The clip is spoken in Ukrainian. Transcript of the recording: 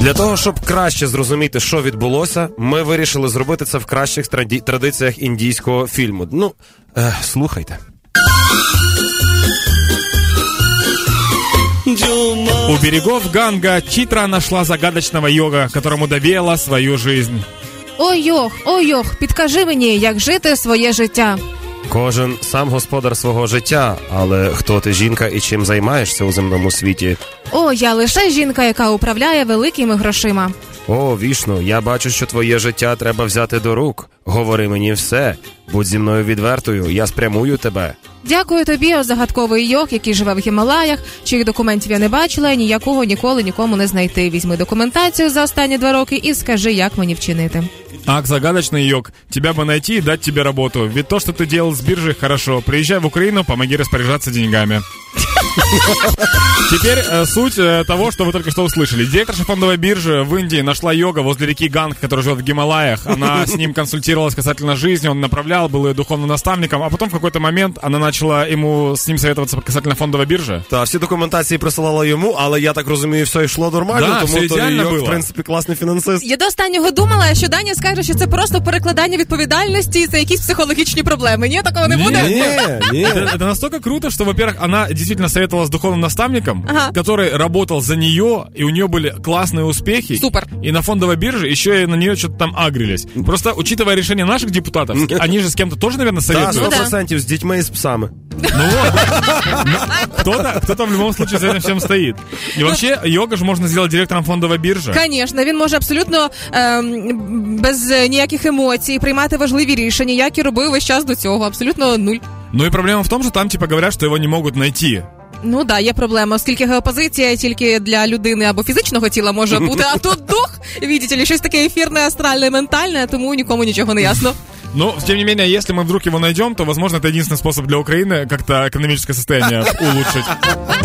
Для того, щоб краще зрозуміти, що відбулося, ми вирішили зробити це в кращих траді- традиціях індійського фільму. Ну, е, слухайте. У берегов Ганга Читра нашла загадочного йога, которому доверила свою жизнь. Ой йох, ой йох, підкажи мені, як жити своє життя. Кожен сам господар свого життя, але хто ти жінка і чим займаєшся у земному світі? О, я лише жінка, яка управляє великими грошима. О, вішну, я бачу, що твоє життя треба взяти до рук. Говори мені все. Будь зі мною відвертою, я спрямую тебе. Дякую тобі, о загадковий йог, який живе в Гімалаях, чиїх документів я не бачила і ніякого ніколи нікому не знайти. Візьми документацію за останні два роки і скажи, як мені вчинити. Ак, загадочный йог, тебя бы найти и дать тебе работу. Ведь то, что ты делал с биржей, хорошо. Приезжай в Украину, помоги распоряжаться деньгами. Теперь э, суть э, того, что вы только что услышали. Директорша фондовой биржи в Индии нашла йога возле реки Ганг, который живет в Гималаях. Она с ним консультировалась касательно жизни, он направлял, был ее духовным наставником, а потом в какой-то момент она начала ему с ним советоваться касательно фондовой биржи. Та всі документації присилала йому, але я так розумію, все йшло нормально, Да, тому все той ідеально Йорк, було. в принципі класний фінансист. Я до останнього думала, що Даня скаже, що це просто перекладання відповідальності за якісь психологічні проблеми. Ні, такого не Ні. буде. Ні, ні. Это, это настолько круто, что, во-первых, она действительно советовалась с духовным наставником, Ага. который работал за нее, и у нее были классные успехи. Супер. И на фондовой бирже еще и на нее что-то там агрились. Просто, учитывая решение наших депутатов, с- они же с кем-то тоже, наверное, Та, советуют. 100% з дітьми і з псами. Ну вот, да. Ну, Кто-то, кто-то в любом случае за этим всем стоит. И вообще, йога же можно сделать директором фондовой биржи. Звісно, він може абсолютно ем, без е, ніяких емоцій приймати важливі рішення, як і робив весь час до цього. Абсолютно нуль. Ну и проблема в том, что там типа говорят, что его не могут найти. Ну да, є проблема, оскільки геопозиція тільки для людини або фізичного тіла може бути, а тут дух, бачите, ли, щось таке ефірне, астральне, ментальне, тому нікому нічого не ясно. Но, тем не менее, если мы вдруг его найдем, то, возможно, это единственный способ для Украины как-то экономическое состояние улучшить.